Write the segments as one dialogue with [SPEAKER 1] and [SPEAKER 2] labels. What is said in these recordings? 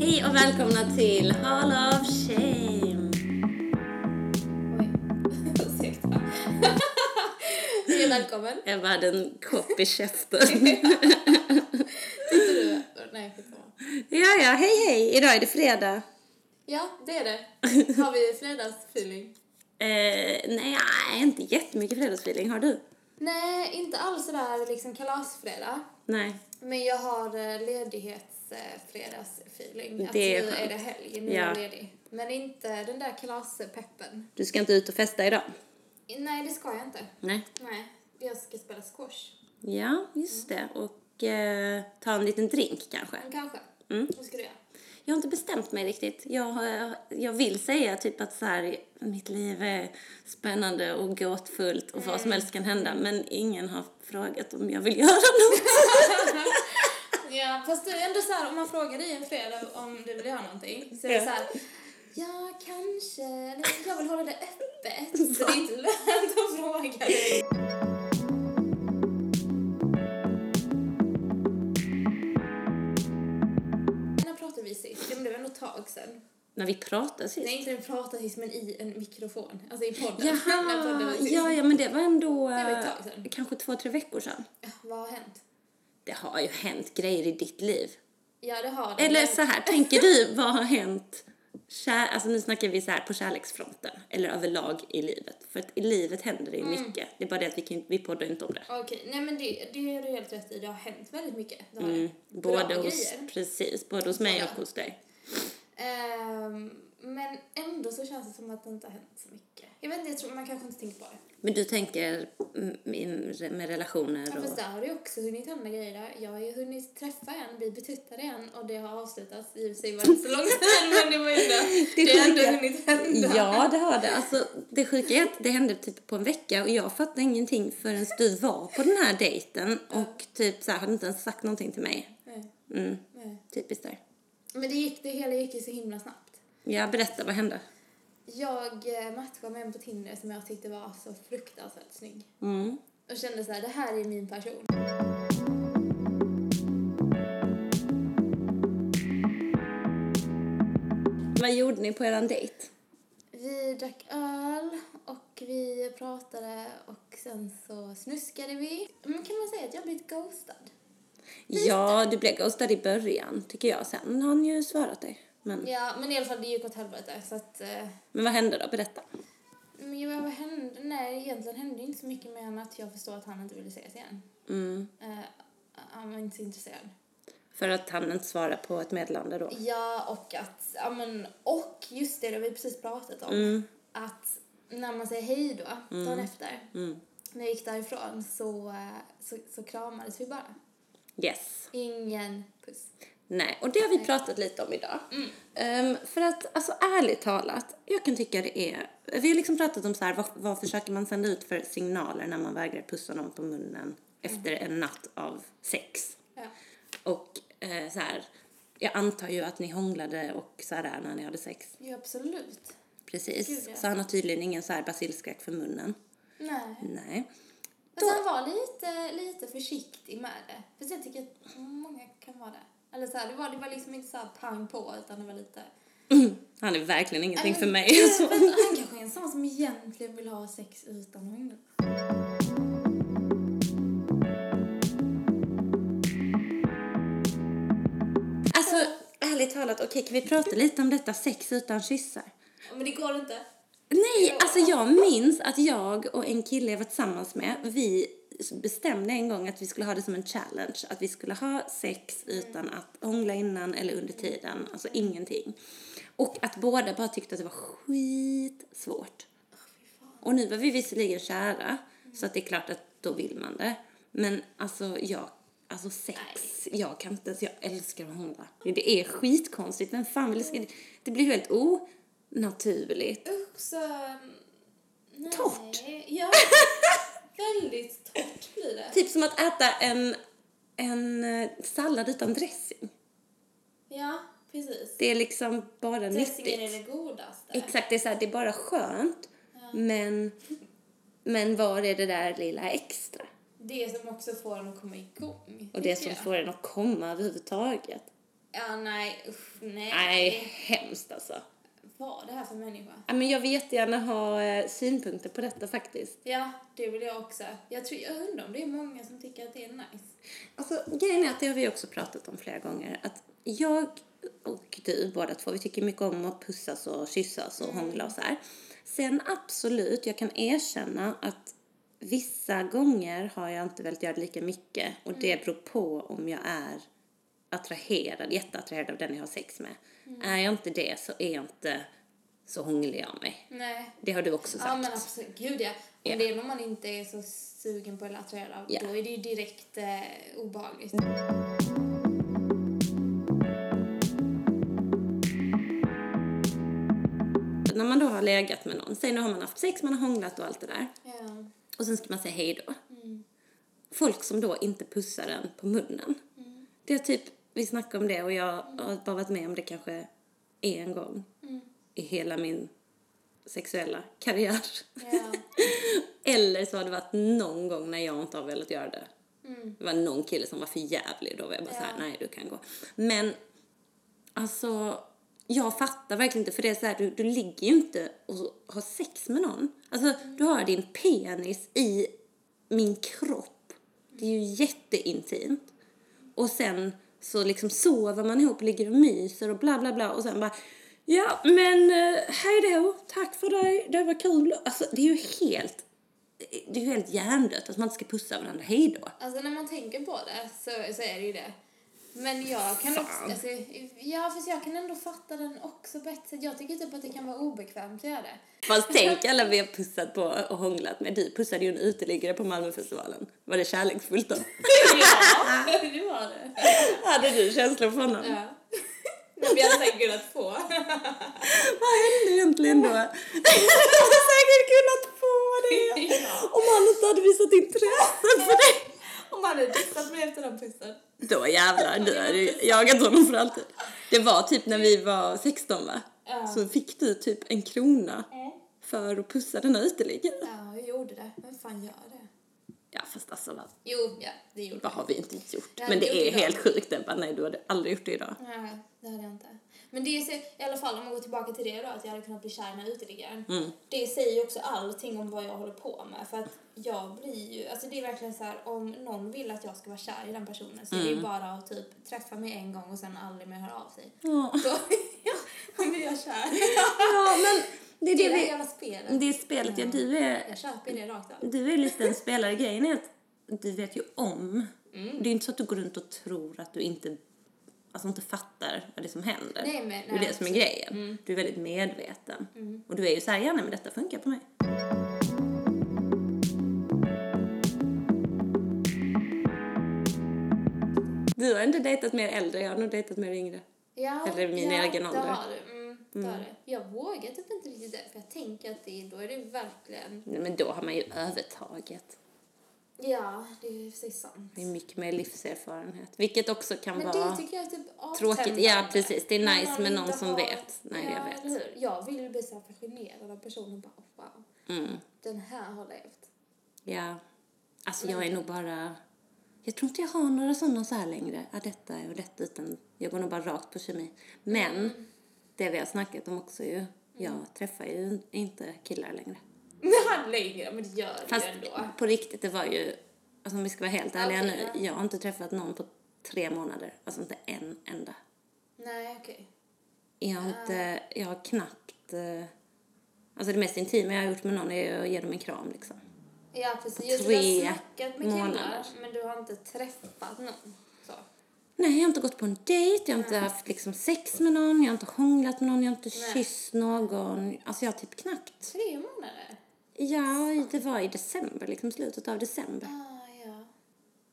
[SPEAKER 1] Hej och välkomna till Hall of Shame.
[SPEAKER 2] Oj, ursäkta. Hej och välkommen.
[SPEAKER 1] Ebba hade en kopp i käften.
[SPEAKER 2] Sitter du? Nej, skitsamma.
[SPEAKER 1] ja, ja, hej, hej. Idag är det fredag.
[SPEAKER 2] Ja, det är det. Har vi fredagsfeeling?
[SPEAKER 1] Eh, nej, nej, inte jättemycket fredagsfeeling. Har du?
[SPEAKER 2] Nej, inte alls sådär liksom kalasfredag.
[SPEAKER 1] Nej.
[SPEAKER 2] Men jag har eh, ledighetsfredagsfeeling. Att
[SPEAKER 1] Det är
[SPEAKER 2] nu
[SPEAKER 1] skönt.
[SPEAKER 2] är det helg, nu är
[SPEAKER 1] Ja.
[SPEAKER 2] jag ledig. Men inte den där kalaspeppen.
[SPEAKER 1] Du ska inte ut och festa idag?
[SPEAKER 2] Nej, det ska jag inte.
[SPEAKER 1] Nej.
[SPEAKER 2] Nej, jag ska spela squash.
[SPEAKER 1] Ja, just det. Och eh, ta en liten drink kanske.
[SPEAKER 2] Men kanske.
[SPEAKER 1] Mm.
[SPEAKER 2] Vad ska du göra?
[SPEAKER 1] Jag har inte bestämt mig riktigt. Jag, har- jag vill säga typ att så här, mitt liv är spännande och gåtfullt och vad som helst kan hända. Men ingen har frågat om jag vill göra något.
[SPEAKER 2] Ja, fast det är ändå så här, om man frågar dig en fredag om du vill göra någonting så är det
[SPEAKER 1] Ja.
[SPEAKER 2] så här, ja kanske, eller jag vill hålla det öppet. Så det är inte lönt att fråga dig. När pratade vi sist? Jo men det var nog ett tag sedan.
[SPEAKER 1] När vi pratade sist.
[SPEAKER 2] Nej inte en pratade sist men i en mikrofon, alltså i podden. När podden var
[SPEAKER 1] Jaha,
[SPEAKER 2] sist.
[SPEAKER 1] ja, ja men det var ändå
[SPEAKER 2] var ett
[SPEAKER 1] eh,
[SPEAKER 2] tag sedan.
[SPEAKER 1] kanske två, tre veckor sedan.
[SPEAKER 2] Vad har hänt?
[SPEAKER 1] Det har ju hänt grejer i ditt liv.
[SPEAKER 2] Ja det har det.
[SPEAKER 1] Eller
[SPEAKER 2] Men-
[SPEAKER 1] så här, tänker du, vad har hänt? Kär, alltså nu snackar vi så här på kärleksfronten, eller överlag i livet. För att i livet händer det ju
[SPEAKER 2] Mm.
[SPEAKER 1] mycket. Det är bara det att vi, kan, vi poddar inte om det.
[SPEAKER 2] Okej, nej men det, det är du helt rätt i. Det har hänt väldigt mycket. Det har
[SPEAKER 1] Mm.
[SPEAKER 2] det. Bra
[SPEAKER 1] Både, hos,
[SPEAKER 2] grejer.
[SPEAKER 1] precis, både hos mig och hos dig.
[SPEAKER 2] Ehm, men ändå så känns det som att det inte har hänt så mycket. Jag vet inte, jag tror, man kanske inte tänker på det.
[SPEAKER 1] Men du tänker mm, i- med relationer
[SPEAKER 2] Ja, fast
[SPEAKER 1] och...
[SPEAKER 2] där har det också hunnit hända grejer där. Jag har ju hunnit träffa en, bli betuttad igen och det har avslutats. I och för sig var det inte så långt sedan men det var ju ändå, det, har ändå
[SPEAKER 1] sjuka-
[SPEAKER 2] hunnit hända.
[SPEAKER 1] Ja, det har det. Alltså, det sjuka är att det hände typ på en vecka och jag fattade ingenting förrän du var på den här dejten och typ så här, hade inte ens sagt någonting till mig.
[SPEAKER 2] Nej,
[SPEAKER 1] Mm,
[SPEAKER 2] nej.
[SPEAKER 1] typiskt där.
[SPEAKER 2] Men det, gick, det hela gick ju så himla snabbt.
[SPEAKER 1] Ja, berätta, vad hände?
[SPEAKER 2] Jag eh, matchade med en på Tinder som jag tyckte var så fruktansvärt snygg.
[SPEAKER 1] Mm.
[SPEAKER 2] Och kände så här, det här är min person.
[SPEAKER 1] Vad gjorde ni på eran dejt?
[SPEAKER 2] Vi drack öl och vi pratade och sen så snuskade vi. Men kan man säga att jag har blivit ghostad?
[SPEAKER 1] Ja, du blev ghostad i början, tycker jag. Sen har han ju svarat dig. Men,
[SPEAKER 2] Ja, men i alla fall det gick åt helvete så att... eh,
[SPEAKER 1] men vad hände då? Berätta.
[SPEAKER 2] Men jag, vad hände? Nej, egentligen hände ju inte så mycket mer än att jag förstår att han inte ville ses igen.
[SPEAKER 1] Mm.
[SPEAKER 2] Eh, han var inte så intresserad.
[SPEAKER 1] För att han inte svarade på ett meddelande då.
[SPEAKER 2] Ja, och att... Ja, men, och just det, det har vi precis pratat om.
[SPEAKER 1] Mm.
[SPEAKER 2] Att när man säger hej då, dagen efter,
[SPEAKER 1] Mm.
[SPEAKER 2] när jag gick därifrån så, eh, så, så kramades vi bara.
[SPEAKER 1] Yes.
[SPEAKER 2] Ingen puss.
[SPEAKER 1] Nej, och det har vi pratat lite om idag.
[SPEAKER 2] Mm.
[SPEAKER 1] Ehm, för att, alltså ärligt talat, jag kan tycka det är... Vi har liksom pratat om så här, vad, vad försöker man sända ut för signaler när man vägrar pussa någon på munnen efter en natt av sex?
[SPEAKER 2] Ja.
[SPEAKER 1] Och eh, så här, jag antar ju att ni hånglade och så här där när ni hade sex.
[SPEAKER 2] Ja, absolut.
[SPEAKER 1] Precis.
[SPEAKER 2] Gud, ja.
[SPEAKER 1] Så han har tydligen ingen så här basilskräck för munnen.
[SPEAKER 2] Nej.
[SPEAKER 1] Nej.
[SPEAKER 2] Alltså, han var lite, lite försiktig med det. För jag tycker att många kan vara det. ...eller så här, det, var, det var liksom inte så här pang på, utan det var lite...
[SPEAKER 1] Han är verkligen ingenting för mig.
[SPEAKER 2] Men-
[SPEAKER 1] Så.
[SPEAKER 2] men Han kanske är en sån som egentligen vill ha sex utan hångel.
[SPEAKER 1] Alltså, ärligt talat, okej, kan vi prata lite om detta sex utan kyssar?
[SPEAKER 2] Men det går inte.
[SPEAKER 1] Nej, alltså jag minns att jag och en kille jag var tillsammans med, vi bestämde en gång att vi skulle ha det som en challenge. Att vi skulle ha sex utan att hångla innan eller under tiden, alltså ingenting. Och att båda bara tyckte att det var skitsvårt. Och nu var vi visserligen kära, så att det är klart att då vill man det. Men alltså jag, alltså sex, jag kan inte ens, jag älskar att hångla. Det är skitkonstigt, men fan vill jag, det blir helt onaturligt.
[SPEAKER 2] Usch, så... mm, Nej.
[SPEAKER 1] Torrt.
[SPEAKER 2] Ja. Väldigt torrt blir det.
[SPEAKER 1] Typ som att äta en, en eh, sallad utan dressing.
[SPEAKER 2] Ja, precis.
[SPEAKER 1] Det är liksom bara
[SPEAKER 2] Dressingen är
[SPEAKER 1] nyttigt.
[SPEAKER 2] det godaste.
[SPEAKER 1] Exakt, det är, så här, det är bara skönt. Men, men var är det där lilla extra?
[SPEAKER 2] Det som också får en att komma igång.
[SPEAKER 1] Och det
[SPEAKER 2] tycker
[SPEAKER 1] som
[SPEAKER 2] jag.
[SPEAKER 1] får en att komma överhuvudtaget.
[SPEAKER 2] Ja, nej, usch, nej.
[SPEAKER 1] Nej, hemskt alltså.
[SPEAKER 2] Vad är det här för människa?
[SPEAKER 1] Ja, men jag vill jättegärna ha eh, synpunkter på detta faktiskt.
[SPEAKER 2] Ja, det vill jag också. Jag, tror, jag undrar om det är många som tycker att det är nice.
[SPEAKER 1] Alltså, grejen är att det har vi också pratat om flera gånger. Att jag och du båda två, vi tycker mycket om att pussas och kyssas och hångla och så här. Sen absolut, jag kan erkänna att vissa gånger har jag inte velat göra det lika mycket och det beror på om jag är attraherad, jätteattraherad av den jag har sex med. Är jag inte det så är jag inte så hånglig av mig.
[SPEAKER 2] Nej.
[SPEAKER 1] Det har du också sagt.
[SPEAKER 2] Ja, men absolut. Gud, ja. Om
[SPEAKER 1] Ja.
[SPEAKER 2] det är någon man inte är så sugen på eller attraherad av,
[SPEAKER 1] Ja.
[SPEAKER 2] då är det ju direkt eh, obehagligt.
[SPEAKER 1] När man då har legat med någon, säg nu har man haft sex, man har hånglat och allt det där.
[SPEAKER 2] Ja.
[SPEAKER 1] Och sen ska man säga hej då. Folk som då inte pussar en på munnen. Det är typ, vi snackade om det och jag har bara varit med om det kanske en gång i hela min sexuella karriär.
[SPEAKER 2] Ja.
[SPEAKER 1] Eller så har det varit någon gång när jag inte har velat göra det. Det var någon kille som var för jävlig då var jag bara så här, nej du kan gå. Men alltså, jag fattar verkligen inte för det är så här, du, du ligger ju inte och har sex med någon. Alltså du har din penis i min kropp. Det är ju jätteintimt. Och sen så liksom sover man ihop, ligger och myser och bla bla bla och sen bara Ja, men eh, hej då, tack för dig, det var kul. Alltså det är ju helt, det är ju helt hjärndött att man inte ska pussa varandra, hej då.
[SPEAKER 2] Alltså när man tänker på det så, så är det ju det. Men jag kan också,
[SPEAKER 1] Fan.
[SPEAKER 2] alltså, ja fast jag kan ändå fatta den också på ett sätt. Jag tycker typ att det kan vara obekvämt att göra det.
[SPEAKER 1] Fast tänk alla vi har pussat på och hånglat med. Du pussade ju en uteliggare på Malmöfestivalen. Var det kärleksfullt då?
[SPEAKER 2] Ja, det var det.
[SPEAKER 1] Hade du känslor för honom?
[SPEAKER 2] Ja. Nej, men jag hade säkert kunnat få.
[SPEAKER 1] Vad hände egentligen då? Jag hade säkert kunnat få det.
[SPEAKER 2] Ja.
[SPEAKER 1] Om han inte hade visat intresse för det.
[SPEAKER 2] Om man hade dissat mig efter den pussen.
[SPEAKER 1] Då jävlar, du hade ju jagat honom för alltid. Det var typ när vi var 16 va?
[SPEAKER 2] Ja.
[SPEAKER 1] Så fick du typ en krona för att pussa den här uteliggaren.
[SPEAKER 2] Ja, jag gjorde det. Vem fan gör det?
[SPEAKER 1] Ja fast alltså vad,
[SPEAKER 2] Jo, ja, det gjorde
[SPEAKER 1] vad har vi inte gjort?
[SPEAKER 2] Det hade
[SPEAKER 1] Men
[SPEAKER 2] gjort
[SPEAKER 1] det är
[SPEAKER 2] idag.
[SPEAKER 1] helt sjukt. Jag bara, nej du hade aldrig gjort det idag.
[SPEAKER 2] Nej, det hade jag inte. Men det är så, i alla fall om man går tillbaka till det då, att jag hade kunnat bli kär i den här uteliggaren.
[SPEAKER 1] Mm.
[SPEAKER 2] Det säger ju också allting om vad jag håller på med. För att jag blir ju, alltså det är verkligen så här, om någon vill att jag ska vara kär i den personen så är
[SPEAKER 1] Mm.
[SPEAKER 2] det ju bara att typ träffa mig en gång och sen aldrig mer höra av sig.
[SPEAKER 1] Ja.
[SPEAKER 2] Då, ja, då blir jag kär.
[SPEAKER 1] Ja, men det är
[SPEAKER 2] Det
[SPEAKER 1] det,
[SPEAKER 2] är det här
[SPEAKER 1] vi,
[SPEAKER 2] jävla spelet.
[SPEAKER 1] det är spelet. Ja, du är,
[SPEAKER 2] Jag köper det rakt av.
[SPEAKER 1] du är lite en spelare. Grejen är att du vet ju om. Det är inte så att du går runt och tror att du inte, alltså inte fattar vad det är som händer.
[SPEAKER 2] Nej, men-
[SPEAKER 1] det är
[SPEAKER 2] nej.
[SPEAKER 1] det som är grejen. Du är väldigt medveten. Och du är ju så här, ja nej, men detta funkar på mig. Du har inte dejtat mer äldre, jag har nog dejtat mer yngre.
[SPEAKER 2] Ja,
[SPEAKER 1] Eller min
[SPEAKER 2] ja,
[SPEAKER 1] egen ålder.
[SPEAKER 2] Det har du. Mm, det har du. Jag vågar typ inte riktigt det, för jag tänker att det, då är det verkligen...
[SPEAKER 1] Nej, Men då har man ju övertaget.
[SPEAKER 2] Ja, det är precis sant.
[SPEAKER 1] Det är mycket mer livserfarenhet, vilket också kan
[SPEAKER 2] Men
[SPEAKER 1] vara...
[SPEAKER 2] det tycker jag är typ
[SPEAKER 1] tråkigt.
[SPEAKER 2] avtändande.
[SPEAKER 1] Ja, precis. Det är
[SPEAKER 2] När
[SPEAKER 1] nice med
[SPEAKER 2] inte
[SPEAKER 1] någon som
[SPEAKER 2] har-
[SPEAKER 1] vet. Nej, jag vet.
[SPEAKER 2] eller hur? Jag vill bli så här fascinerad av personen. Bara, wow,
[SPEAKER 1] Mm,
[SPEAKER 2] den här har levt.
[SPEAKER 1] ja. Alltså jag är nog bara... Jag tror inte jag har några sådana så här längre. Ja, detta och detta. Utan jag går nog bara rakt på kemi. Men
[SPEAKER 2] Mm.
[SPEAKER 1] det vi har snackat om också är ju... Jag träffar ju inte killar längre.
[SPEAKER 2] Nej, längre, men det gör
[SPEAKER 1] Fast
[SPEAKER 2] det ju ändå.
[SPEAKER 1] på riktigt, det var ju... Alltså om vi ska vara helt ärliga
[SPEAKER 2] Okej,
[SPEAKER 1] nu. Jag har inte träffat någon på tre månader. Alltså inte en enda.
[SPEAKER 2] Nej, okej.
[SPEAKER 1] Jag har, inte, jag har knappt... eh, Alltså det mest intima jag har gjort med någon är att ge dem en kram liksom.
[SPEAKER 2] Ja, precis. Just
[SPEAKER 1] Tre
[SPEAKER 2] du har snackat med killar,
[SPEAKER 1] månader.
[SPEAKER 2] men du har inte träffat någon. Så.
[SPEAKER 1] Nej, jag har inte gått på en dejt, jag har inte haft liksom sex med någon, jag har inte hånglat med någon, jag har inte kysst någon. Alltså jag har typ knappt...
[SPEAKER 2] Tre månader?
[SPEAKER 1] Ja, det var i december, liksom slutet av december.
[SPEAKER 2] Ah, ja.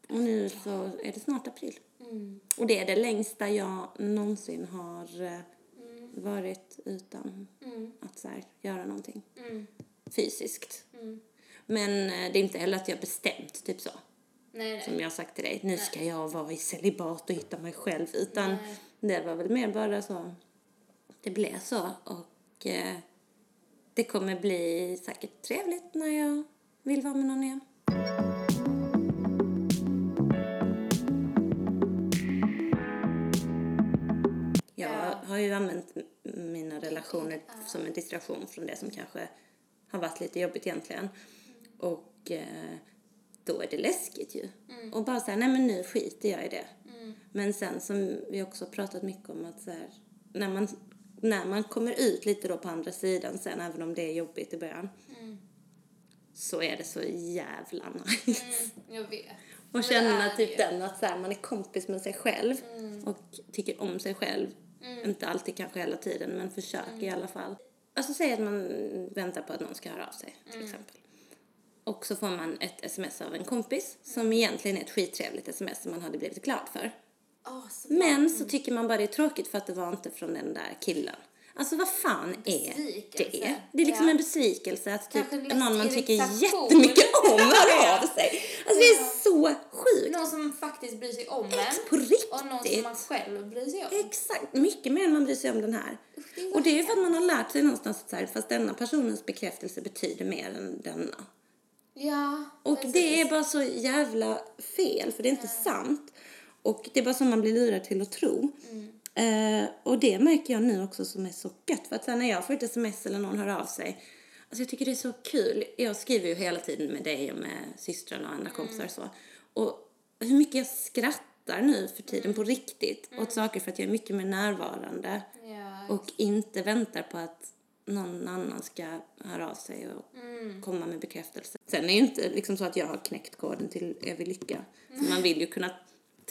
[SPEAKER 1] Och nu så är det snart april.
[SPEAKER 2] Mm.
[SPEAKER 1] Och det är det längsta jag någonsin har eh, varit utan
[SPEAKER 2] Mm.
[SPEAKER 1] att så här, göra någonting
[SPEAKER 2] Mm.
[SPEAKER 1] fysiskt.
[SPEAKER 2] Mm.
[SPEAKER 1] Men eh, det är inte heller att jag bestämt, typ så.
[SPEAKER 2] Nej, nej.
[SPEAKER 1] som jag har sagt till dig, nu ska jag vara i celibat och hitta mig själv. Utan
[SPEAKER 2] Nej.
[SPEAKER 1] det var väl mer bara så, det blev så. Och eh, det kommer bli säkert trevligt när jag vill vara med någon igen. använt m- mina relationer som en distraktion från det som kanske har varit lite jobbigt egentligen. Och eh, då är det läskigt ju. Och bara säga nej men nu skiter jag i det.
[SPEAKER 2] Mm,
[SPEAKER 1] Men sen som vi också har pratat mycket om att så här, när, man, när man kommer ut lite då på andra sidan sen, även om det är jobbigt i början, så är det så jävla nice.
[SPEAKER 2] Mm, jag vet.
[SPEAKER 1] Och
[SPEAKER 2] Men det
[SPEAKER 1] känna
[SPEAKER 2] är
[SPEAKER 1] typ
[SPEAKER 2] ju- Mm.
[SPEAKER 1] den att så här, man är kompis med sig själv och tycker om sig själv. Inte alltid kanske hela tiden, men försök
[SPEAKER 2] Mm.
[SPEAKER 1] i alla fall. Alltså säg att man väntar på att någon ska höra av sig
[SPEAKER 2] Mm.
[SPEAKER 1] till exempel. Och så får man ett sms av en kompis
[SPEAKER 2] Mm.
[SPEAKER 1] som egentligen är ett skittrevligt sms som man hade blivit glad för.
[SPEAKER 2] Åh, Ah, så
[SPEAKER 1] Men så tycker man bara det är tråkigt för att det var inte från den där killen. Alltså vad fan är det?
[SPEAKER 2] Besvikelse.
[SPEAKER 1] Det är liksom
[SPEAKER 2] Ja.
[SPEAKER 1] en besvikelse att typ
[SPEAKER 2] Kanske en
[SPEAKER 1] någon man tycker
[SPEAKER 2] irritation.
[SPEAKER 1] jättemycket om hör av sig. Alltså det är så sjukt.
[SPEAKER 2] Någon som faktiskt bryr sig om en.
[SPEAKER 1] På
[SPEAKER 2] Och någon som
[SPEAKER 1] riktigt.
[SPEAKER 2] man själv bryr sig om.
[SPEAKER 1] Exakt, mycket mer än man bryr sig om den här. Och det är ju för att man har lärt sig någonstans att så här, fast denna personens bekräftelse betyder mer än denna.
[SPEAKER 2] Ja,
[SPEAKER 1] Och
[SPEAKER 2] precis.
[SPEAKER 1] det är bara så jävla fel, för det är inte sant. Och det är bara så man blir lurad till att tro. Eh, och det märker jag nu också som är så gött. För att sen när jag får ett sms eller någon hör av sig. Alltså jag tycker det är så kul. Jag skriver ju hela tiden med dig och med systrarna och andra kompisar och så. Och hur mycket jag skrattar nu för tiden på riktigt åt saker för att jag är mycket mer närvarande.
[SPEAKER 2] Ja,
[SPEAKER 1] Och inte väntar på att någon annan ska höra av sig och
[SPEAKER 2] Mm.
[SPEAKER 1] komma med bekräftelse. Sen är det ju inte liksom så att jag har knäckt koden till evig lycka. För man vill ju kunna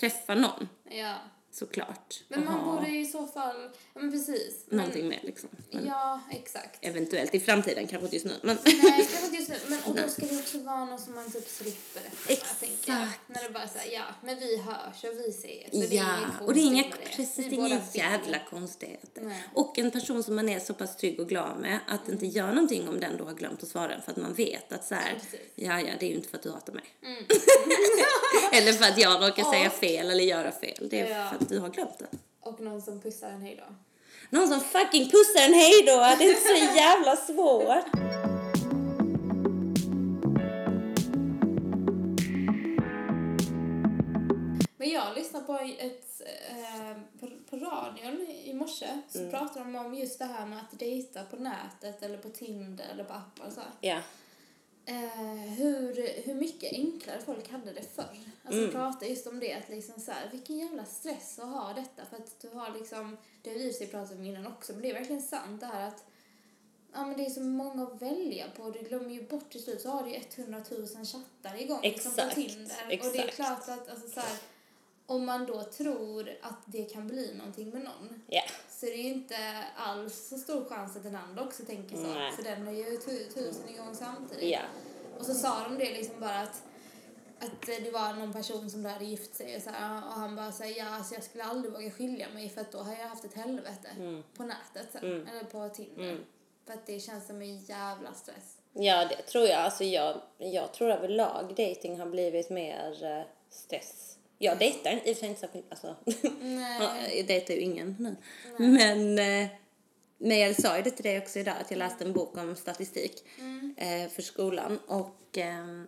[SPEAKER 1] träffa någon,
[SPEAKER 2] ja.
[SPEAKER 1] såklart.
[SPEAKER 2] Men
[SPEAKER 1] och
[SPEAKER 2] man
[SPEAKER 1] ha
[SPEAKER 2] borde i så fall... Ja, men precis. Men,
[SPEAKER 1] någonting med liksom. Men
[SPEAKER 2] ja, exakt.
[SPEAKER 1] Eventuellt i framtiden, kanske inte just nu. Men
[SPEAKER 2] Nej, kanske inte just nu. Men och då ska det också vara någon som man typ slipper efter,
[SPEAKER 1] Exakt.
[SPEAKER 2] tänker jag. När det bara säger ja, men vi hörs och vi ses. Så det är
[SPEAKER 1] ja,
[SPEAKER 2] inget
[SPEAKER 1] och det är inga,
[SPEAKER 2] konstigt med
[SPEAKER 1] precis,
[SPEAKER 2] Vi
[SPEAKER 1] det är
[SPEAKER 2] båda
[SPEAKER 1] inga
[SPEAKER 2] vill.
[SPEAKER 1] jävla konstigheter.
[SPEAKER 2] Nej. Mm.
[SPEAKER 1] Och en person som man är så pass trygg och glad med att inte göra någonting om den då har glömt att svara för att man vet att så här,
[SPEAKER 2] Ja, precis. Mm.
[SPEAKER 1] ja, ja, det är ju inte för att du hatar mig. eller för att jag råkar säga fel eller göra fel. Det är
[SPEAKER 2] Ja.
[SPEAKER 1] för att du har glömt det.
[SPEAKER 2] Och någon som pussar en hejdå.
[SPEAKER 1] Någon som fucking pussar en hejdå, det är inte så jävla svårt.
[SPEAKER 2] Men jag lyssnade på ett, eh, på, på radion i morse så pratade de om just det här med att dejta på nätet eller på Tinder eller på appar och så här.
[SPEAKER 1] Ja,
[SPEAKER 2] Eh, hur, hur mycket enklare folk hade det förr. Alltså
[SPEAKER 1] Mm.
[SPEAKER 2] prata just om det att liksom så här, vilken jävla stress att ha detta för att du har liksom, det har vi i och för sig pratat om innan också men det är verkligen sant det här att ja men det är så många att välja på du glömmer ju bort till slut så har du ju 100 000 chattar igång liksom på
[SPEAKER 1] Exakt,
[SPEAKER 2] Tinder och det är
[SPEAKER 1] exakt.
[SPEAKER 2] klart att alltså så här, om man då tror att det kan bli någonting med någon
[SPEAKER 1] ja.
[SPEAKER 2] så det är ju inte alls så stor chans att den andra också tänker så.
[SPEAKER 1] Nej.
[SPEAKER 2] För den är ju tu- tusen igång samtidigt.
[SPEAKER 1] Ja.
[SPEAKER 2] Och så sa de det liksom bara att, att eh, det var någon person som då hade gift sig och, så här, och han bara säger ja alltså jag skulle aldrig våga skilja mig för att då har jag haft ett helvete
[SPEAKER 1] Mm.
[SPEAKER 2] på nätet sen, eller på Tinder. För att det känns som en jävla stress.
[SPEAKER 1] Ja, det tror jag. Alltså jag, jag tror överlag dating har blivit mer eh, stress. Jag dejtar i och för sig inte särskilt, alltså.
[SPEAKER 2] Nej.
[SPEAKER 1] Ja, jag dejtar ju ingen nu. Men, eh, men jag sa ju det till dig också idag att jag läste en bok om statistik eh, för skolan och eh,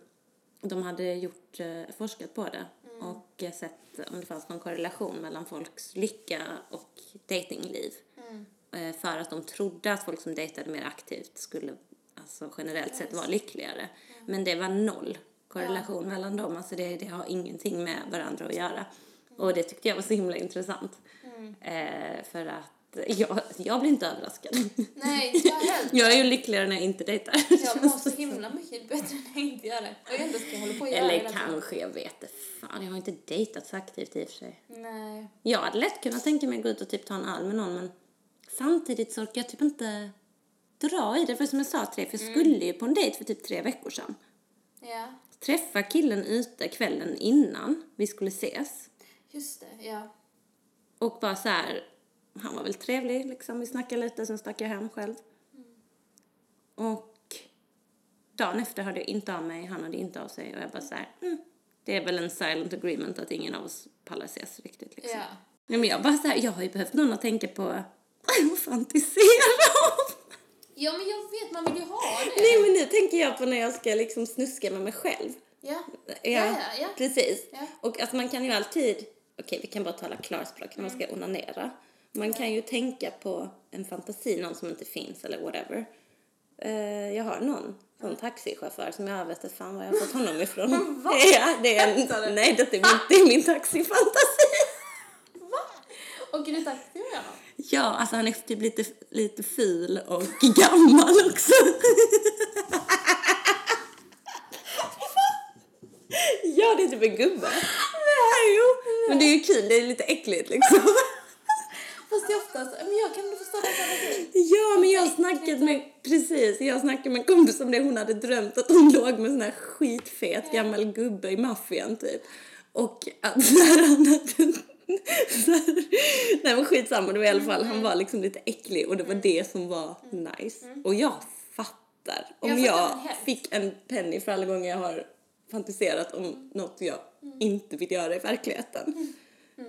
[SPEAKER 1] de hade gjort, eh, forskat på det och eh, sett om det fanns någon korrelation mellan folks lycka och datingliv. Eh, För att de trodde att folk som dejtade mer aktivt skulle alltså generellt sett vara lyckligare. Men det var noll korrelation mellan dem, alltså det, det har ingenting med varandra att göra. Och det tyckte jag var så himla intressant. Eh, för att jag, jag blir inte överraskad.
[SPEAKER 2] Nej, jag heller.
[SPEAKER 1] jag är ju lyckligare när jag inte dejtar.
[SPEAKER 2] Jag mår så himla mycket bättre när jag inte gör det. Och jag ändå ska hålla på och göra hela
[SPEAKER 1] Eller
[SPEAKER 2] tiden.
[SPEAKER 1] kanske, jag vet det. Fan, jag har inte dejtat så aktivt i och för sig.
[SPEAKER 2] Nej.
[SPEAKER 1] Jag hade lätt kunnat tänka mig att gå ut och typ ta en öl med någon men samtidigt så orkar jag typ inte dra i det. För som jag sa till dig, för jag skulle ju på en dejt för typ tre veckor sedan.
[SPEAKER 2] Ja.
[SPEAKER 1] Träffa killen ute kvällen innan vi skulle ses.
[SPEAKER 2] Just det, ja.
[SPEAKER 1] Och bara så här, han var väl trevlig liksom, vi snackade lite, sen stack jag hem själv. Och dagen efter hörde jag inte av mig, han hörde inte av sig och jag bara så här, mm, det är väl en silent agreement att ingen av oss pallar ses riktigt liksom.
[SPEAKER 2] Ja.
[SPEAKER 1] Nej men jag bara så här, jag har ju behövt någon att tänka på och fantisera om.
[SPEAKER 2] Ja men jag vet, man vill ju ha det.
[SPEAKER 1] Nej men nu tänker jag på när jag ska liksom snuska med mig själv.
[SPEAKER 2] Ja.
[SPEAKER 1] Ja,
[SPEAKER 2] ja, ja.
[SPEAKER 1] precis. alltså,
[SPEAKER 2] Ja.
[SPEAKER 1] Mm. Och att man kan ju alltid, okej vi kan bara tala klarspråk när man ska onanera. Man kan ju tänka på en fantasi, någon som inte finns eller whatever. Eh, jag har någon, någon taxichaufför som jag vet inte fan var jag har fått honom ifrån.
[SPEAKER 2] Vad?
[SPEAKER 1] ja, det är
[SPEAKER 2] Skämtar du?
[SPEAKER 1] en, nej, det är min, det är min taxifantasi.
[SPEAKER 2] Va? Åker du taxi med honom?
[SPEAKER 1] Ja, alltså han är typ lite, lite ful och gammal också. ja, det är typ en gubbe. Nej, jo. Men det är ju kul, det är lite äckligt liksom.
[SPEAKER 2] Fast det är oftast, men jag kan förstå att han är
[SPEAKER 1] Ja, men jag snackade med, precis, jag snackade med en kompis om det. Hon hade drömt att hon låg med en sån här skitfet gammal gubbe i maffian typ. Och att när han hade, så här, nej men skitsamma, det var i alla fall,
[SPEAKER 2] Mm.
[SPEAKER 1] han var liksom lite äcklig och det var det som var nice. Och jag fattar. Om
[SPEAKER 2] Jag
[SPEAKER 1] jag,
[SPEAKER 2] fattar vad det helst.
[SPEAKER 1] fick en penny för alla gånger jag har fantiserat
[SPEAKER 2] Mm.
[SPEAKER 1] om något jag inte vill göra i verkligheten.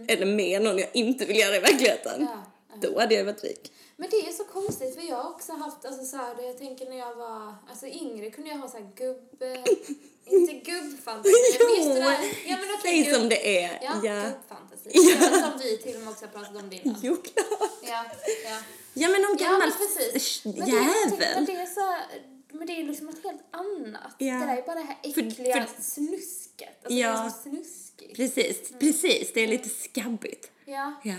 [SPEAKER 1] Eller med någon jag inte vill göra i verkligheten.
[SPEAKER 2] Mm. Ja,
[SPEAKER 1] Då hade jag varit rik.
[SPEAKER 2] Men det är så konstigt för jag har också haft, alltså så här, jag tänker när jag var alltså yngre kunde jag ha så här gubbe, inte gubbfantasi, men just det där, ja men okej,
[SPEAKER 1] säg som
[SPEAKER 2] gubb,
[SPEAKER 1] det är.
[SPEAKER 2] ja,
[SPEAKER 1] ja.
[SPEAKER 2] gubbfantasi,
[SPEAKER 1] Ja.
[SPEAKER 2] ja. som vi till och med också har pratat om det innan.
[SPEAKER 1] Jo, klart.
[SPEAKER 2] Ja, ja.
[SPEAKER 1] Ja, men någon
[SPEAKER 2] ja
[SPEAKER 1] gammal
[SPEAKER 2] men precis.
[SPEAKER 1] sh-
[SPEAKER 2] Men det, jag tänkte, men
[SPEAKER 1] jävel.
[SPEAKER 2] det är så här, men det är liksom något helt annat.
[SPEAKER 1] Ja.
[SPEAKER 2] Det där är bara det här
[SPEAKER 1] För-
[SPEAKER 2] äckliga
[SPEAKER 1] för-
[SPEAKER 2] snusket, alltså det är
[SPEAKER 1] Ja.
[SPEAKER 2] så snuskigt.
[SPEAKER 1] Precis,
[SPEAKER 2] Mm.
[SPEAKER 1] precis. Det är lite skabbigt.
[SPEAKER 2] Ja.
[SPEAKER 1] Ja.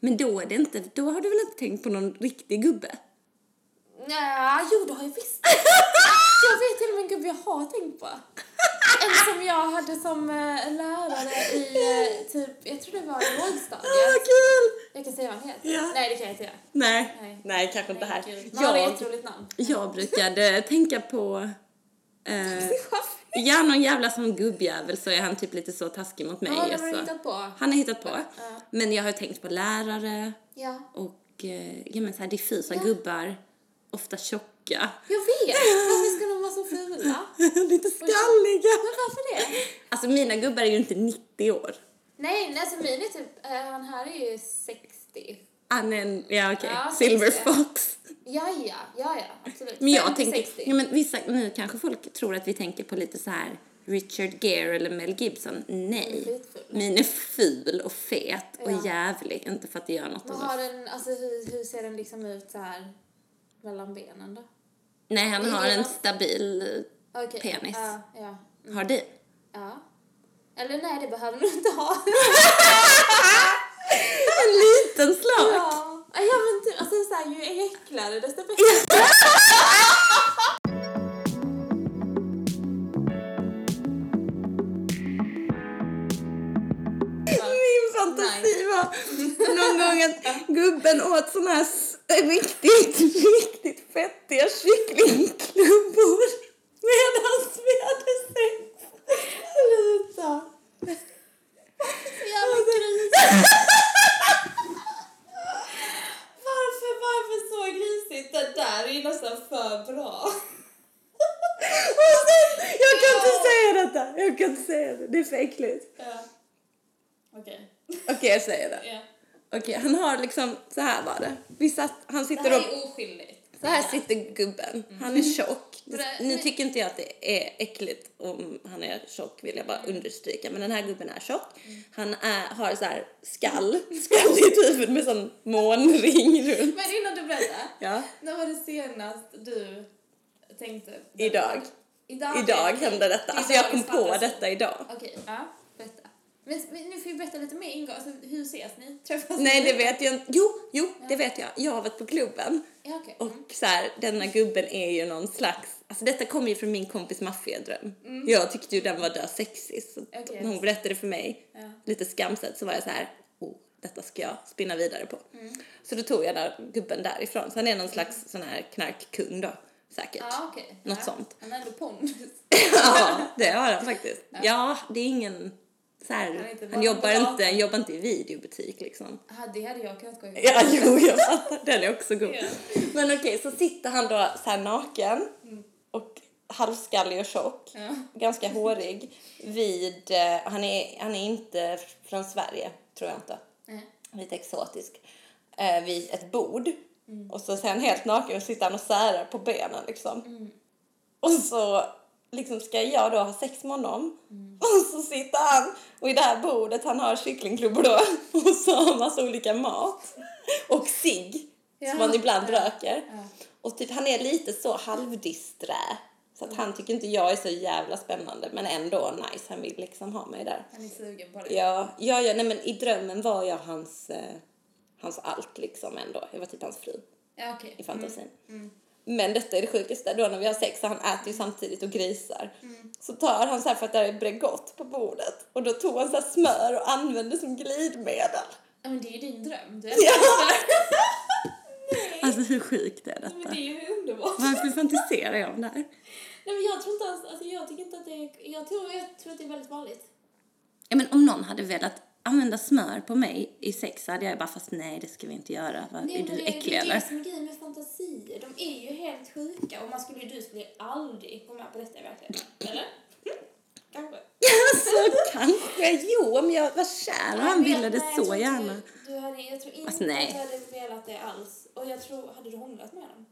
[SPEAKER 1] Men då är det inte, då har du väl inte tänkt på någon riktig gubbe?
[SPEAKER 2] Nja, jo det har jag visst. jag vet till och med en gubbe jag har tänkt på. En som jag hade som eh, lärare i eh, typ, jag tror det var i
[SPEAKER 1] Åh,
[SPEAKER 2] lågstadiet.
[SPEAKER 1] kul!
[SPEAKER 2] Jag kan säga vad han heter.
[SPEAKER 1] Ja.
[SPEAKER 2] Nej det kan jag inte göra.
[SPEAKER 1] Nej,
[SPEAKER 2] Nej.
[SPEAKER 1] nej, kanske inte här.
[SPEAKER 2] Gud, Man har ett
[SPEAKER 1] Jag,
[SPEAKER 2] jätteroligt namn.
[SPEAKER 1] jag brukade tänka på... Eh,
[SPEAKER 2] Varför?
[SPEAKER 1] ja, någon jävla sån gubbjävel så är han typ lite så taskig mot mig.
[SPEAKER 2] Ja, det
[SPEAKER 1] och
[SPEAKER 2] har du
[SPEAKER 1] så.
[SPEAKER 2] hittat på.
[SPEAKER 1] Han har hittat på. Men jag har tänkt på lärare.
[SPEAKER 2] Ja.
[SPEAKER 1] och eh, ja, men så här diffusa gubbar, ofta tjocka.
[SPEAKER 2] Jag vet! Varför ska de vara så fula?
[SPEAKER 1] Lite
[SPEAKER 2] Men varför det?
[SPEAKER 1] Alltså mina gubbar är ju inte 90 år.
[SPEAKER 2] Nej, nej, alltså min är typ, eh, han här är ju 60.
[SPEAKER 1] Han är en, Ah, ja okej,
[SPEAKER 2] Ja,
[SPEAKER 1] silver
[SPEAKER 2] precis.
[SPEAKER 1] fox.
[SPEAKER 2] Ja, ja, ja, ja, absolut.
[SPEAKER 1] Men jag
[SPEAKER 2] 50,
[SPEAKER 1] tänker,
[SPEAKER 2] 60.
[SPEAKER 1] ja men vissa, nu kanske folk tror att vi tänker på lite så här Richard Gere eller Mel Gibson.
[SPEAKER 2] Min är
[SPEAKER 1] Nej.
[SPEAKER 2] skitful.
[SPEAKER 1] Min är ful och fet och
[SPEAKER 2] Ja.
[SPEAKER 1] jävlig. Inte för att det gör något.
[SPEAKER 2] Vad
[SPEAKER 1] av
[SPEAKER 2] har
[SPEAKER 1] det.
[SPEAKER 2] den, alltså hur, hur ser den liksom ut så här mellan benen då?
[SPEAKER 1] Nej, han
[SPEAKER 2] är
[SPEAKER 1] har
[SPEAKER 2] det
[SPEAKER 1] en
[SPEAKER 2] något-
[SPEAKER 1] stabil...
[SPEAKER 2] Okej.
[SPEAKER 1] Penis.
[SPEAKER 2] Ja, ja,
[SPEAKER 1] Har du?
[SPEAKER 2] ja. Eller nej, det behöver du inte ha.
[SPEAKER 1] En liten slag!
[SPEAKER 2] ja. ja, men typ, alltså så här, ju äcklare desto bättre.
[SPEAKER 1] Min fantasi var någon gång att gubben åt såna här s- riktigt, riktigt fettiga kycklingklubbor medan vi hade sex. Sluta!
[SPEAKER 2] Jävla
[SPEAKER 1] Alltså-
[SPEAKER 2] gris. varför, varför så grisigt? Det där är ju nästan för bra.
[SPEAKER 1] Och sen, jag kan inte säga detta, jag kan inte säga det, det är för äckligt.
[SPEAKER 2] Ja. Okej.
[SPEAKER 1] Okej, jag säger det.
[SPEAKER 2] Ja.
[SPEAKER 1] Okej, han har liksom, så här var det. Vi satt, han
[SPEAKER 2] Det
[SPEAKER 1] sitter och
[SPEAKER 2] här är oskyldigt.
[SPEAKER 1] Så här sitter gubben. Han är tjock.
[SPEAKER 2] Mm.
[SPEAKER 1] Det- Nu tycker inte jag att det är äckligt om han är tjock vill jag bara understryka. Men den här gubben är tjock. Han är, har så här skall, skalligt huvud med sån månring runt.
[SPEAKER 2] Men innan du berättar.
[SPEAKER 1] Ja.
[SPEAKER 2] När var det senast du tänkte?
[SPEAKER 1] Idag.
[SPEAKER 2] Idag,
[SPEAKER 1] Idag
[SPEAKER 2] Okej. alltså,
[SPEAKER 1] hände detta.
[SPEAKER 2] Det är
[SPEAKER 1] Alltså jag kom
[SPEAKER 2] dagens
[SPEAKER 1] på
[SPEAKER 2] fantasi.
[SPEAKER 1] detta idag.
[SPEAKER 2] Okej, ja, berätta. Men, men nu får vi berätta lite mer ingående. Alltså, hur ses ni? Träffas
[SPEAKER 1] Nej
[SPEAKER 2] ni?
[SPEAKER 1] det vet jag inte. Jo, jo det vet jag. Jag har varit på klubben.
[SPEAKER 2] Ja, okej.
[SPEAKER 1] Och så här, denna gubben är ju någon slags, alltså detta kommer ju från min kompis maffiadröm.
[SPEAKER 2] Mm.
[SPEAKER 1] Jag tyckte ju den var död sexig så
[SPEAKER 2] Okej.
[SPEAKER 1] när hon berättade för mig,
[SPEAKER 2] Ja.
[SPEAKER 1] lite skamset, så var jag så här, oh, detta ska jag spinna vidare på. Så då tog jag där, gubben därifrån, så han är någon slags sån här knarkkung då, säkert.
[SPEAKER 2] Ja, okej.
[SPEAKER 1] Något
[SPEAKER 2] ja.
[SPEAKER 1] sånt.
[SPEAKER 2] Han är ändå pondus.
[SPEAKER 1] ja, det har han faktiskt. Ja, det är ingen, så här,
[SPEAKER 2] är
[SPEAKER 1] han,
[SPEAKER 2] inte bara-
[SPEAKER 1] jobbar
[SPEAKER 2] bara-
[SPEAKER 1] inte, han jobbar inte i videobutik liksom.
[SPEAKER 2] Ah, det hade jag kunnat gå igång
[SPEAKER 1] Ja, jo, jag fattar. Den är också god.
[SPEAKER 2] Ja.
[SPEAKER 1] Men okej, så sitter han då så här naken
[SPEAKER 2] Mm.
[SPEAKER 1] och halvskallig och tjock,
[SPEAKER 2] Ja.
[SPEAKER 1] ganska hårig, vid... eh, Han är, han är inte från Sverige, tror jag inte.
[SPEAKER 2] Nej.
[SPEAKER 1] Lite exotisk. Eh, vid ett bord. Och så sen helt naken och sitter han och särar på benen liksom. Och så liksom ska jag då ha sex med honom. Och så sitter han och i det här bordet han har kycklingklubbor då. Och så har han massa olika mat. och cigg
[SPEAKER 2] Ja.
[SPEAKER 1] som man ibland röker.
[SPEAKER 2] Ja.
[SPEAKER 1] Och typ han är lite så halvdisträ. Så att han tycker inte jag är så jävla spännande men ändå nice. Han vill liksom ha mig där.
[SPEAKER 2] Han är sugen på det.
[SPEAKER 1] Ja, ja, ja nej men i drömmen var jag hans, eh, hans allt liksom ändå. Jag var typ hans fru
[SPEAKER 2] Ja, okej.
[SPEAKER 1] i fantasin.
[SPEAKER 2] Mm,
[SPEAKER 1] Men detta är det sjukaste, då när vi har sex och han äter ju samtidigt och grisar.
[SPEAKER 2] Mm.
[SPEAKER 1] Så tar han så här för att det är Bregott på bordet och då tog han så här smör och använde som glidmedel.
[SPEAKER 2] Ja, men det är ju din dröm. Du är
[SPEAKER 1] Alltså hur sjukt är
[SPEAKER 2] men det är ju underbart.
[SPEAKER 1] Varför fantiserar jag om det här?
[SPEAKER 2] Nej, men jag tror inte alls, alltså jag tycker inte att det är, jag tror, jag tror att det är väldigt vanligt.
[SPEAKER 1] Ja men om någon hade velat använda smör på mig i sex så hade jag bara fast nej det ska vi inte göra. Vad,
[SPEAKER 2] Nej,
[SPEAKER 1] är
[SPEAKER 2] men
[SPEAKER 1] du
[SPEAKER 2] det,
[SPEAKER 1] äcklig
[SPEAKER 2] det är det
[SPEAKER 1] eller?
[SPEAKER 2] som är grejen med fantasier. De är ju helt sjuka och man skulle ju, du skulle ju aldrig gå med på detta i verkligheten. Eller? Hm? Kanske.
[SPEAKER 1] Alltså kanske, jo om jag var kär och han
[SPEAKER 2] Men jag-
[SPEAKER 1] ville det
[SPEAKER 2] nej, jag
[SPEAKER 1] så
[SPEAKER 2] tror inte
[SPEAKER 1] gärna.
[SPEAKER 2] Du, du hade, jag tror inte
[SPEAKER 1] Alltså, nej.
[SPEAKER 2] att du hade velat det alls. Och jag tror, hade du hånglat med honom?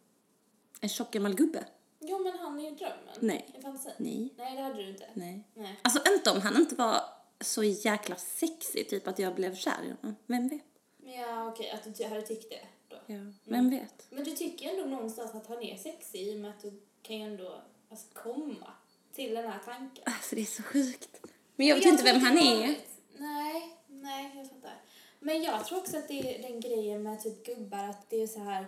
[SPEAKER 1] En tjock gammal gubbe?
[SPEAKER 2] Jo, men han är ju drömmen.
[SPEAKER 1] Nej.
[SPEAKER 2] En fantasi.
[SPEAKER 1] Nej.
[SPEAKER 2] Nej, det hade du inte.
[SPEAKER 1] Nej.
[SPEAKER 2] Nej.
[SPEAKER 1] Alltså inte om han inte var så jäkla sexig, typ att jag blev kär i honom. Vem vet?
[SPEAKER 2] Men ja, okej, att du inte hade tyckt det då.
[SPEAKER 1] Ja. Vem vet?
[SPEAKER 2] Men du tycker ändå någonstans att han är sexig i och med att du kan ju ändå alltså, komma till den här tanken.
[SPEAKER 1] Alltså det är så sjukt. Men jag vet
[SPEAKER 2] Men
[SPEAKER 1] inte
[SPEAKER 2] tror
[SPEAKER 1] vem
[SPEAKER 2] att
[SPEAKER 1] han
[SPEAKER 2] det
[SPEAKER 1] är.
[SPEAKER 2] vanligt. Nej, nej, jag fattar. Men jag tror också att det är den grejen med typ gubbar att det är så här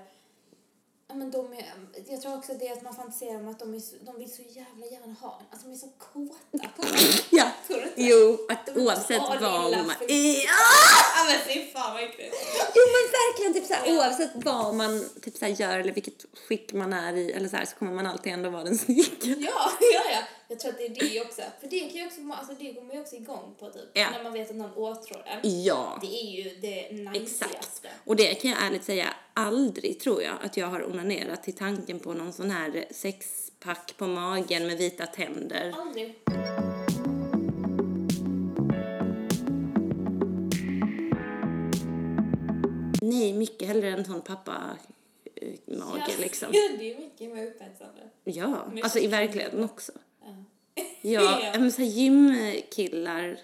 [SPEAKER 2] Ja, men de är, jag tror också att det är att man fantiserar om att de, är så, de vill så jävla gärna ha en. Alltså de är så kåta på en.
[SPEAKER 1] Ja.
[SPEAKER 2] Tror du inte?
[SPEAKER 1] Jo, att
[SPEAKER 2] De är
[SPEAKER 1] oavsett
[SPEAKER 2] så
[SPEAKER 1] var
[SPEAKER 2] lilla
[SPEAKER 1] man
[SPEAKER 2] för-
[SPEAKER 1] är...
[SPEAKER 2] Ja men fy fan vad äckligt.
[SPEAKER 1] Jo men verkligen, typ såhär, oavsett vad man typ såhär, gör eller vilket skick man är i eller såhär, så kommer man alltid ändå vara den snygga.
[SPEAKER 2] Ja, ja, ja. Jag tror att det är det också. För det kan ju också, alltså det går man ju också igång på typ.
[SPEAKER 1] Ja.
[SPEAKER 2] När man vet att någon åtrår en.
[SPEAKER 1] Ja,
[SPEAKER 2] Det är ju det
[SPEAKER 1] exakt.
[SPEAKER 2] najsigaste.
[SPEAKER 1] Och det kan jag ärligt säga, aldrig tror jag att jag har onanerat till tanken på någon sån här sexpack på magen med vita tänder.
[SPEAKER 2] Aldrig.
[SPEAKER 1] Nej, mycket hellre en sån pappa-mage
[SPEAKER 2] Ja.
[SPEAKER 1] liksom.
[SPEAKER 2] Ja, det är mycket mer upphetsande.
[SPEAKER 1] Ja, alltså i verkligheten också. Ja,
[SPEAKER 2] Ja.
[SPEAKER 1] men så här gymkillar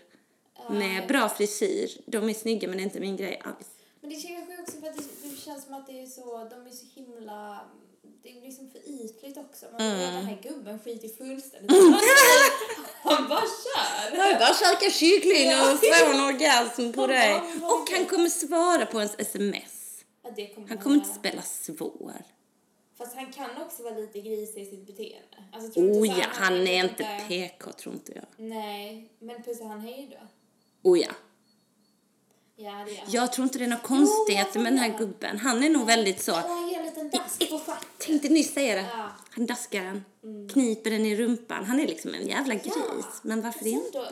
[SPEAKER 2] Eh,
[SPEAKER 1] med bra frisyr, de är snygga men det är inte min grej alls.
[SPEAKER 2] Men det känns kanske också för att det, det känns som att det är så, de är så himla, det är liksom för ytligt också. Man mm. den här gubben skiter fullständigt
[SPEAKER 1] Mm.
[SPEAKER 2] Han bara kör!
[SPEAKER 1] Jag bara käkar kyckling och får en orgasm på dig.
[SPEAKER 2] Ja, ja,
[SPEAKER 1] Och han kommer svara på ens sms.
[SPEAKER 2] Ja, det kommer
[SPEAKER 1] Han kommer inte
[SPEAKER 2] göra.
[SPEAKER 1] spela svår.
[SPEAKER 2] Fast han kan också vara lite grisig i sitt beteende. Alltså, tror du inte
[SPEAKER 1] Oh
[SPEAKER 2] så här,
[SPEAKER 1] ja, han är inte
[SPEAKER 2] lite-
[SPEAKER 1] PK tror inte jag.
[SPEAKER 2] Nej, men pussar han hej då?
[SPEAKER 1] Oh ja.
[SPEAKER 2] Ja, det gör han.
[SPEAKER 1] Jag tror inte det är några
[SPEAKER 2] Jo,
[SPEAKER 1] konstigheter med den här
[SPEAKER 2] jag
[SPEAKER 1] gubben. Han är nog väldigt så.
[SPEAKER 2] Och han ger en liten dask på stjärten.
[SPEAKER 1] Tänkte nyss säga det.
[SPEAKER 2] Ja. Mm.
[SPEAKER 1] Han daskar den, kniper den i rumpan. Han är liksom en jävla gris. Men varför
[SPEAKER 2] Sen
[SPEAKER 1] inte?
[SPEAKER 2] då,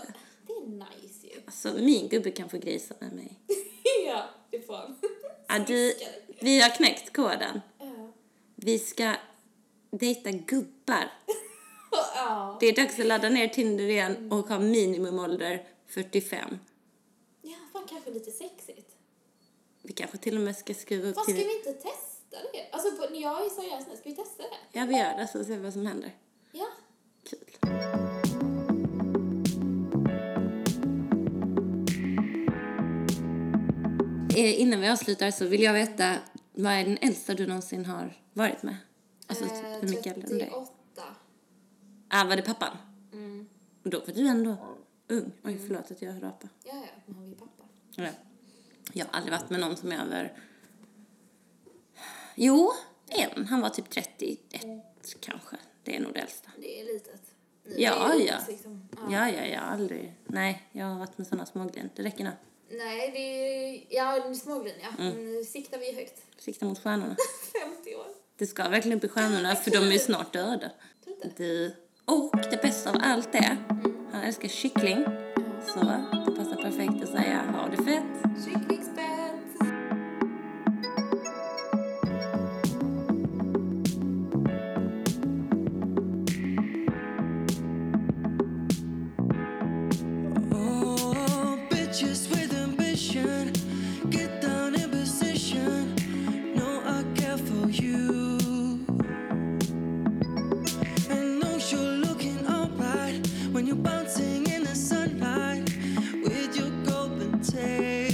[SPEAKER 2] det är nice ju.
[SPEAKER 1] Alltså min gubbe kan få grisa med mig.
[SPEAKER 2] ja, det får han.
[SPEAKER 1] Ja, du, vi har knäckt koden.
[SPEAKER 2] Ja.
[SPEAKER 1] Vi ska dejta gubbar.
[SPEAKER 2] Ja.
[SPEAKER 1] Det är dags att ladda ner Tinder igen
[SPEAKER 2] Mm.
[SPEAKER 1] och ha minimimålder 45.
[SPEAKER 2] Ja, fan kanske lite sexigt.
[SPEAKER 1] Vi kanske till och med ska skruva upp
[SPEAKER 2] Vad ska
[SPEAKER 1] till...
[SPEAKER 2] vi inte testa det? Alltså, på, jag är seriös nu. Ska vi testa det?
[SPEAKER 1] Ja, vi gör det så ser vi vad som händer.
[SPEAKER 2] Ja.
[SPEAKER 1] Kul. Eh, Innan vi avslutar så vill jag veta, vad är den äldsta du någonsin har varit med?
[SPEAKER 2] Eh,
[SPEAKER 1] Alltså typ, hur mycket äldre än dig?
[SPEAKER 2] 38.
[SPEAKER 1] Ah, var det pappan?
[SPEAKER 2] Mm.
[SPEAKER 1] Och då var du ändå ung. Oj, förlåt att jag rapar.
[SPEAKER 2] Ja, ja. Men han är ju pappa.
[SPEAKER 1] Ja. Jag har aldrig varit med någon som är över... Jo, en. Han var typ 31 kanske. Det är nog det äldsta.
[SPEAKER 2] Det är litet. Nu
[SPEAKER 1] Ja,
[SPEAKER 2] är det
[SPEAKER 1] ja.
[SPEAKER 2] Liksom. ja.
[SPEAKER 1] Ja, ja, jag har aldrig... Nej, jag har varit med såna småglin. Det räcker nu.
[SPEAKER 2] Nej, det är... Ja, småglin, ja.
[SPEAKER 1] Mm.
[SPEAKER 2] Men Nu siktar vi högt.
[SPEAKER 1] Sikta mot stjärnorna.
[SPEAKER 2] 50 år.
[SPEAKER 1] Det ska verkligen upp i stjärnorna för de är ju snart döda.
[SPEAKER 2] Tror inte.
[SPEAKER 1] Du. Och det bästa av allt är, han älskar kyckling. Så det passar perfekt att säga ha det fett.
[SPEAKER 2] Kycklingspett!
[SPEAKER 3] Oh, bitches with ambition, get down in position. No, I care for you. And know you're looking alright when you're bouncing in the sunlight with your golden tail.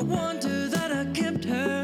[SPEAKER 3] wonder that I kept her. Oh,